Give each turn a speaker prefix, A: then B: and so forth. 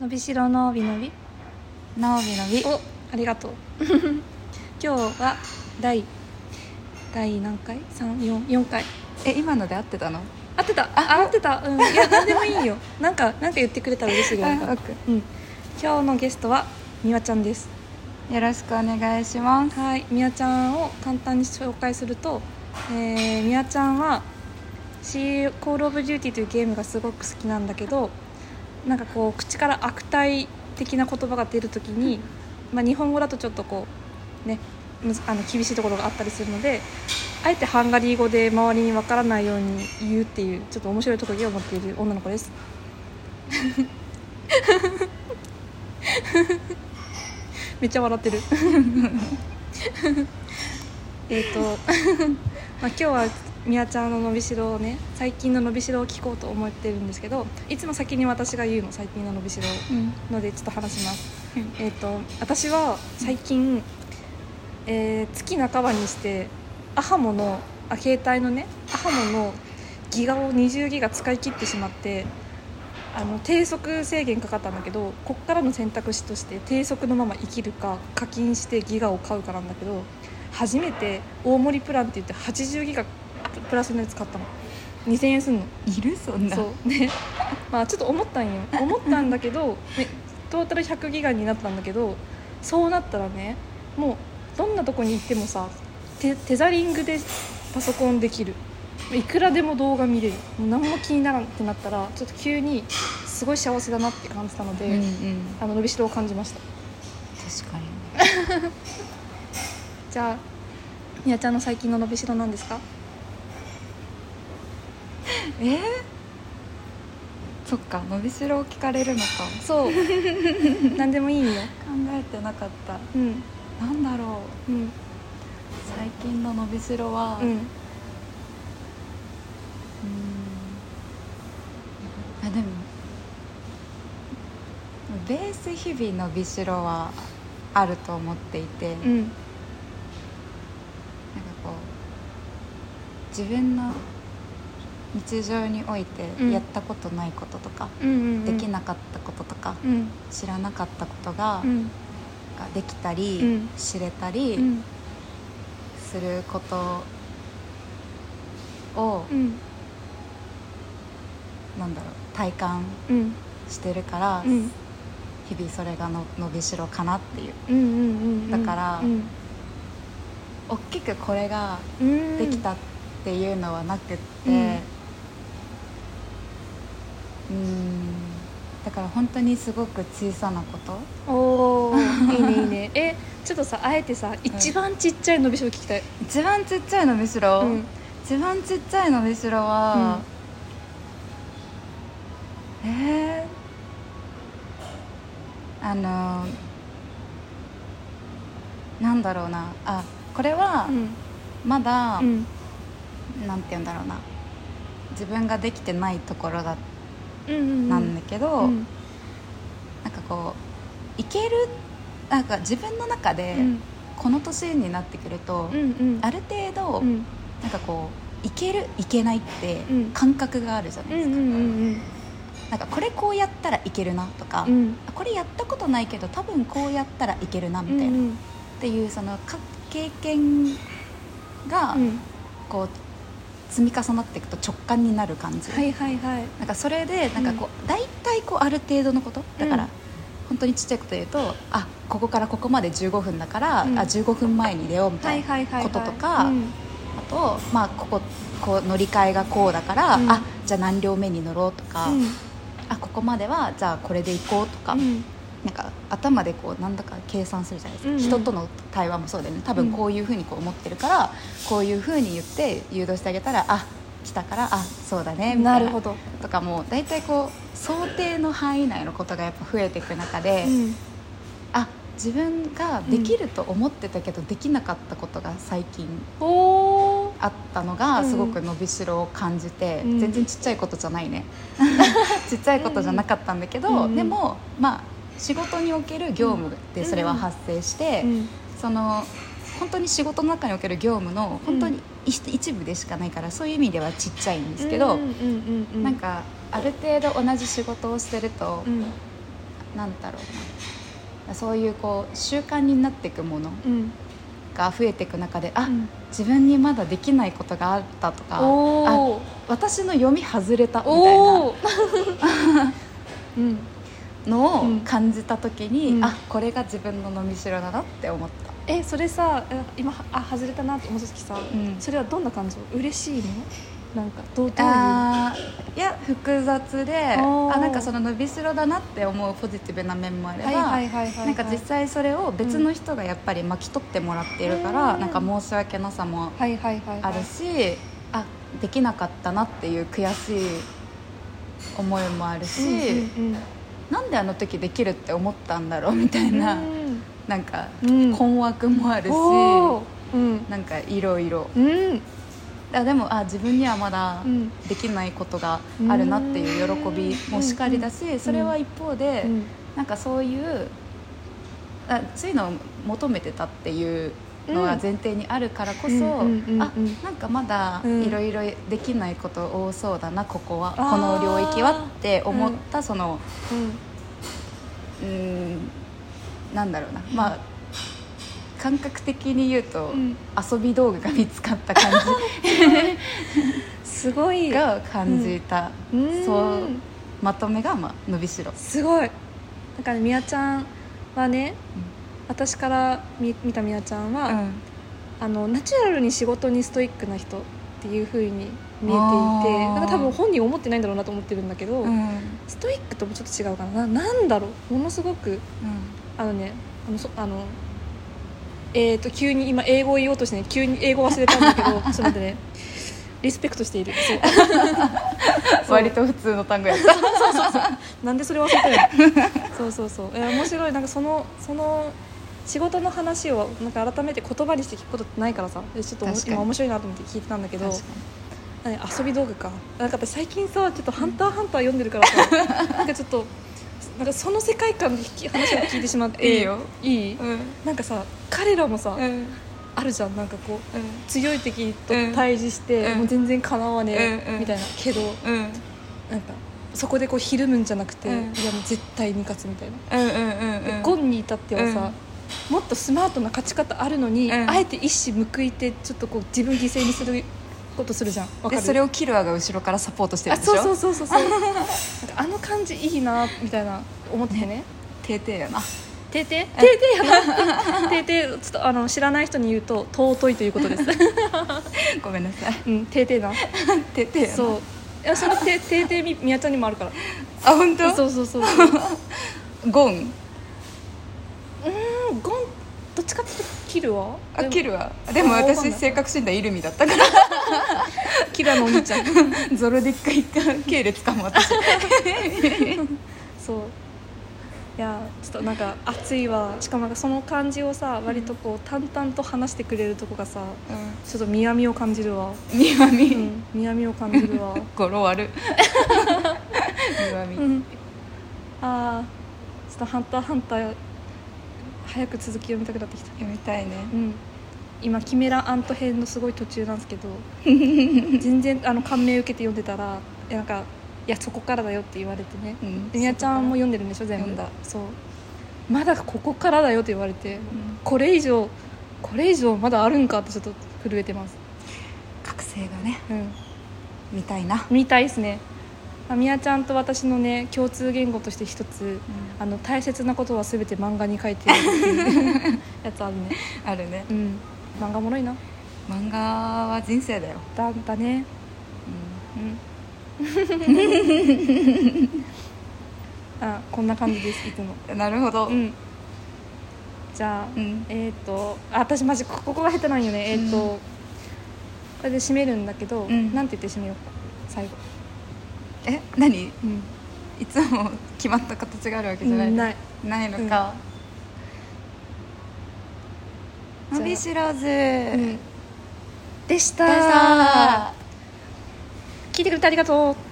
A: 伸びしろのびのび
B: のびのび
A: おありがとう 今日は第第何回三四四回
B: え今ので合ってたの
A: 合ってたあ合ってたうんいや何でもいいよなんかなんか言ってくれたら嬉しいぐらいだ
B: あオッ
A: う
B: ケ
A: ん今日のゲストはみわちゃんです
B: よろしくお願いします
A: はい、みやちゃんを簡単に紹介すると、えー、みやちゃんは「シーコール・オブ・デューティー」というゲームがすごく好きなんだけどなんかこう口から悪態的な言葉が出るときに、まあ、日本語だとちょっとこうねむずあの厳しいところがあったりするのであえてハンガリー語で周りにわからないように言うっていうちょっと面白い特技を持っている女の子です。 めっちゃ笑ってる。えっと まあ今日はみやちゃんの伸びしろをね最近の伸びしろを聞こうと思ってるんですけどいつも先に私が言うの最近の伸びしろを
B: うん
A: のでちょっと話します えっ、と私は最近、えー月半ばにしてアハモのあ携帯のねアハモのギガを20ギガ使い切ってしまってあの低速制限かかったんだけどこっからの選択肢として低速のまま生きるか課金してギガを買うかなんだけど初めて大盛りプランって言って80ギガプラスのやつ買ったの2000円すんの
B: いるそんな
A: そうねまあちょっと思ったんよ思ったんだけ ど、ね、トータル100ギガになったんだけどそうなったらねもうどんなとこに行ってもさテテザリングでパソコンできるいくらでも動画見れるもう何も気にならんってなったらちょっと急にすごい幸せだなって感じたので、
B: うんうん
A: あの伸びしろを感じました
B: 確かに
A: じゃあみやちゃんの最近の伸びしろなんですか
B: えー、そっか伸びしろを聞かれるのか
A: そう 何でもいいよ
B: 考えてなかった
A: うん
B: なんだろう
A: うん
B: 最近の伸びしろは、
A: う
B: うん
A: ん
B: あでもベース日々伸びしろはあると思ってい
A: う
B: て、なんか
A: ん
B: こう自分の日常において
A: うん
B: やったことないこととか、
A: うんうん
B: できなかったこととか、
A: うん
B: 知らなかったことが、
A: うん
B: ができたり、
A: うん
B: 知れたり、
A: うん
B: することを、
A: うん
B: なんだろう体感
A: うん
B: してるから、
A: うん
B: 日々それがの伸びしろかなってい
A: う
B: う
A: んうんうん
B: だから
A: うん
B: 大きくこれが
A: うん
B: できたっていうのはなくって
A: う
B: うんんだから本当にすごく小さなこと
A: おおいいねいいねえちょっとさあえてさ一番ちっちゃい伸びしろ聞きたい
B: 一番ちっちゃい伸びしろ、
A: うん
B: 一番ちっちゃい伸びしろは、えー、あのなんだろうなあこれは
A: うん
B: まだ、
A: うん
B: なんて言うんだろうな自分ができてないところだ
A: うんうん
B: なんだけど、
A: うん
B: なんかこういけるなんか自分の中で、
A: うん
B: この年になってくると、
A: うんうん
B: ある程度、
A: うん
B: なんかこういけるいけないって
A: うん
B: 感覚があるじゃな
A: うん
B: い
A: う
B: です
A: ん
B: か、
A: うん
B: なんかこれこうやったらいけるなとか、
A: うん
B: あこれやったことないけど多分こうやったらいけるなみ
A: う
B: たい
A: ん
B: な、っ
A: うん
B: ていうそのか経験が
A: うん
B: こう積み重なっていくと直感になる感じ、
A: はいはいはい
B: なんかそれでなんかこう、大体こうある程度のことだから、
A: うん
B: 本当にちっちゃいこと言うとあここからここまで15分だから、
A: うん
B: あ15分前に出ようみた
A: はいい
B: な、
A: はいはいはい
B: こととか
A: うん
B: あと、まあ、こここう乗り換えがこうだから、
A: うん
B: あじゃあ何両目に乗ろうとか、
A: うん
B: あここまではじゃあこれで行こうとか、
A: うん
B: なんか頭でこうなんだか計算するじゃないですか、
A: うんうん
B: 人との対話もそうだよね多分こういうふうにこう思ってるから、こういうふうに言って誘導してあげたらあ来たからあそうだねみた
A: ない
B: な
A: るほど
B: とかも大体こう想定の範囲内のことがやっぱ増えていく中で、
A: うん
B: あ自分ができると思ってたけどできなかったことが最近
A: おー
B: あったのが
A: うん
B: すごく伸びしろを感じて、
A: うん
B: 全然ちっちゃいことじ ゃないねちっちゃいことじゃなかったんだけど、
A: うんうん
B: でもまあ仕事における業務でそれは発生して、
A: うん
B: その本当に仕事の中における業務の本当に一一部でしかないからそういう意味ではちっちゃいんですけど、
A: うんうんうんうん
B: なんかある程度同じ仕事をしてると、
A: うん
B: なんだろうなそういうこう習慣になっていくもの
A: うん
B: が増えていく中であ、
A: うん
B: 自分にまだできないことがあったとかあ
A: おー
B: 私の読み外れたみたいな
A: おーうん
B: の
A: う
B: を
A: ん
B: 感じた時に、
A: うん
B: あこれが自分の伸びしろだなって思った。
A: えそれさえ今あ外れたなって思った時さ、
B: うん
A: それはどんな感情嬉しいのなんかどうどういう
B: あーいや複雑であ
A: おー
B: なんかその伸びしろだなって思うポジティブな面もあれば、
A: はいはいはいはいはい
B: なんか実際それを別の人がやっぱり巻き取ってもらっているから、
A: うん
B: なんか申し訳なさも
A: はいはいはいは
B: あ
A: い
B: るし、あできなかったなっていう悔しい思いもあるし、
A: うんうんうん
B: なんであの時できるって思ったんだろうみたい
A: う
B: な、
A: ん
B: なんか
A: うん
B: 困惑もあるし、
A: おーうん
B: なんかいろいろ
A: うん
B: あでもあ自分にはまだ
A: うん
B: できないことがあるなっていう喜びもしかりだしそれは一方で
A: うん
B: なんかそういうあそういうのを求めてたっていうのが前提にあるからこそ
A: うんうんうんうん
B: あなんかまだ
A: うん
B: いろいろできないこと多そうだなここは
A: あー
B: この領域はって思ったそのうーんなんだろうなまあ感覚的に言うと
A: うん
B: 遊び道具が見つかった感
A: すごい
B: じが感じた
A: うん
B: そうまとめがまあ伸びしろ。
A: すごいだからみやちゃんはね、
B: うん
A: 私から見見たみやちゃんは、
B: うん
A: あのナチュラルに仕事にストイックな人っていう風に見えていて
B: あー
A: なんか多分本人思ってないんだろうなと思ってるんだけど、
B: うん
A: ストイックともちょっと違うかなななんだろうものすごくあのねあのそあのえー、と急に今英語を言おうとしてね急に英語忘れたんだ けどちょっと待ってねリスペクトしているそう そう
B: 割と普通の単語やった。
A: なんでそれ忘れたの そうそうそういや面白いなんかそのその仕事の話をなんか改めて言葉にして聞くことってないからさでちょっとおも
B: 確かに
A: 今面白いなと思って聞いてたんだけど
B: 確か
A: 何遊び道具かなんか私最近さちょっと「ハンターハンター」読んでるから さなんかちょっとなんかその世界観の聞き話を聞いてしまって
B: いいよ
A: いい、
B: に
A: なんかさ彼らもさ、
B: うんうん
A: あるじゃんなんかこう
B: う
A: 強い敵と対峙して、
B: うん
A: もう全然かなわねえ、
B: うんうん
A: みたいなけど
B: んうん
A: なんかそこでこうひるむんじゃなくて、
B: うん
A: いやもう絶対に勝つみたいな、
B: うんうん
A: ゴンに至ってはさ、もっとスマートな勝ち方あるのに、
B: うん
A: あえて一矢報いてちょっとこう自分犠牲にすることするじゃんわか
B: で
A: る
B: それをキルアが後ろからサポートしてる
A: あ
B: んでしょ。
A: そうそうそうそうそう なんかあの感じいいなみたいな思ってね
B: てーてーやな。
A: 「てーてー」「てーてー」や な「てーてー」ちょっとあの知らない人に言うと「尊い」ということです「
B: ごめんなさい。
A: うん、てーてーな」
B: てーてーや な。
A: そういやそれて「てーてーみ」みやちゃんにもあるから
B: あ本当。
A: そうそうそう そう
B: ゴ
A: う
B: ン。
A: んゴンどっちかっていうとキルは
B: あ
A: でも
B: キルア。でも
A: あわかんない
B: 私性格診断イルミだったから。
A: キルアのお兄ちゃん
B: ゾロディック一貫系列かも私。
A: そういやちょっとなんか熱いわしかもなんかその感じをさ割とこう淡々と話してくれるとこがさちょっとみやみを感じるわ
B: みわ
A: う
B: み。
A: んみやみを感じるわ
B: 語呂悪。みわ
A: う
B: み。
A: んあーちょっと「ハンターハンター」早く続き読みたくなってきた
B: 読みたいね。
A: うん今キメラアント編のすごい途中なんですけ ど全然あの感銘受けて読んでたらいやなんか「いやそこからだよ」って言われてね
B: うん
A: でみやちゃんも読んでるんでしょ全部
B: 読んだ
A: そうまだここからだよって言われて、
B: ん
A: これ以上これ以上まだあるんかってちょっと震えてます
B: 覚醒がね
A: うん
B: 見たいな。
A: みたいですねまあみやちゃんと私のね共通言語として一つあの大切なことは全て漫画に書いてるっていう やつあるね
B: あるね
A: うん漫画おもろいな
B: 漫画は人生だよ、
A: だだねう んあこんな感じですいつも
B: なるほど、
A: うんじゃあ、
B: うん
A: えっ、とあ私マジこここが下手なんよねえっ、と、
B: うん
A: これで締めるんだけど、
B: うん
A: なんて言って締めようか最後
B: え何
A: うん
B: いつも決まった形があるわけじゃない、
A: うんない
B: ないのか、
A: うん
B: 伸びしろず、
A: でした
B: でさ
A: 聞いてくれてありがとう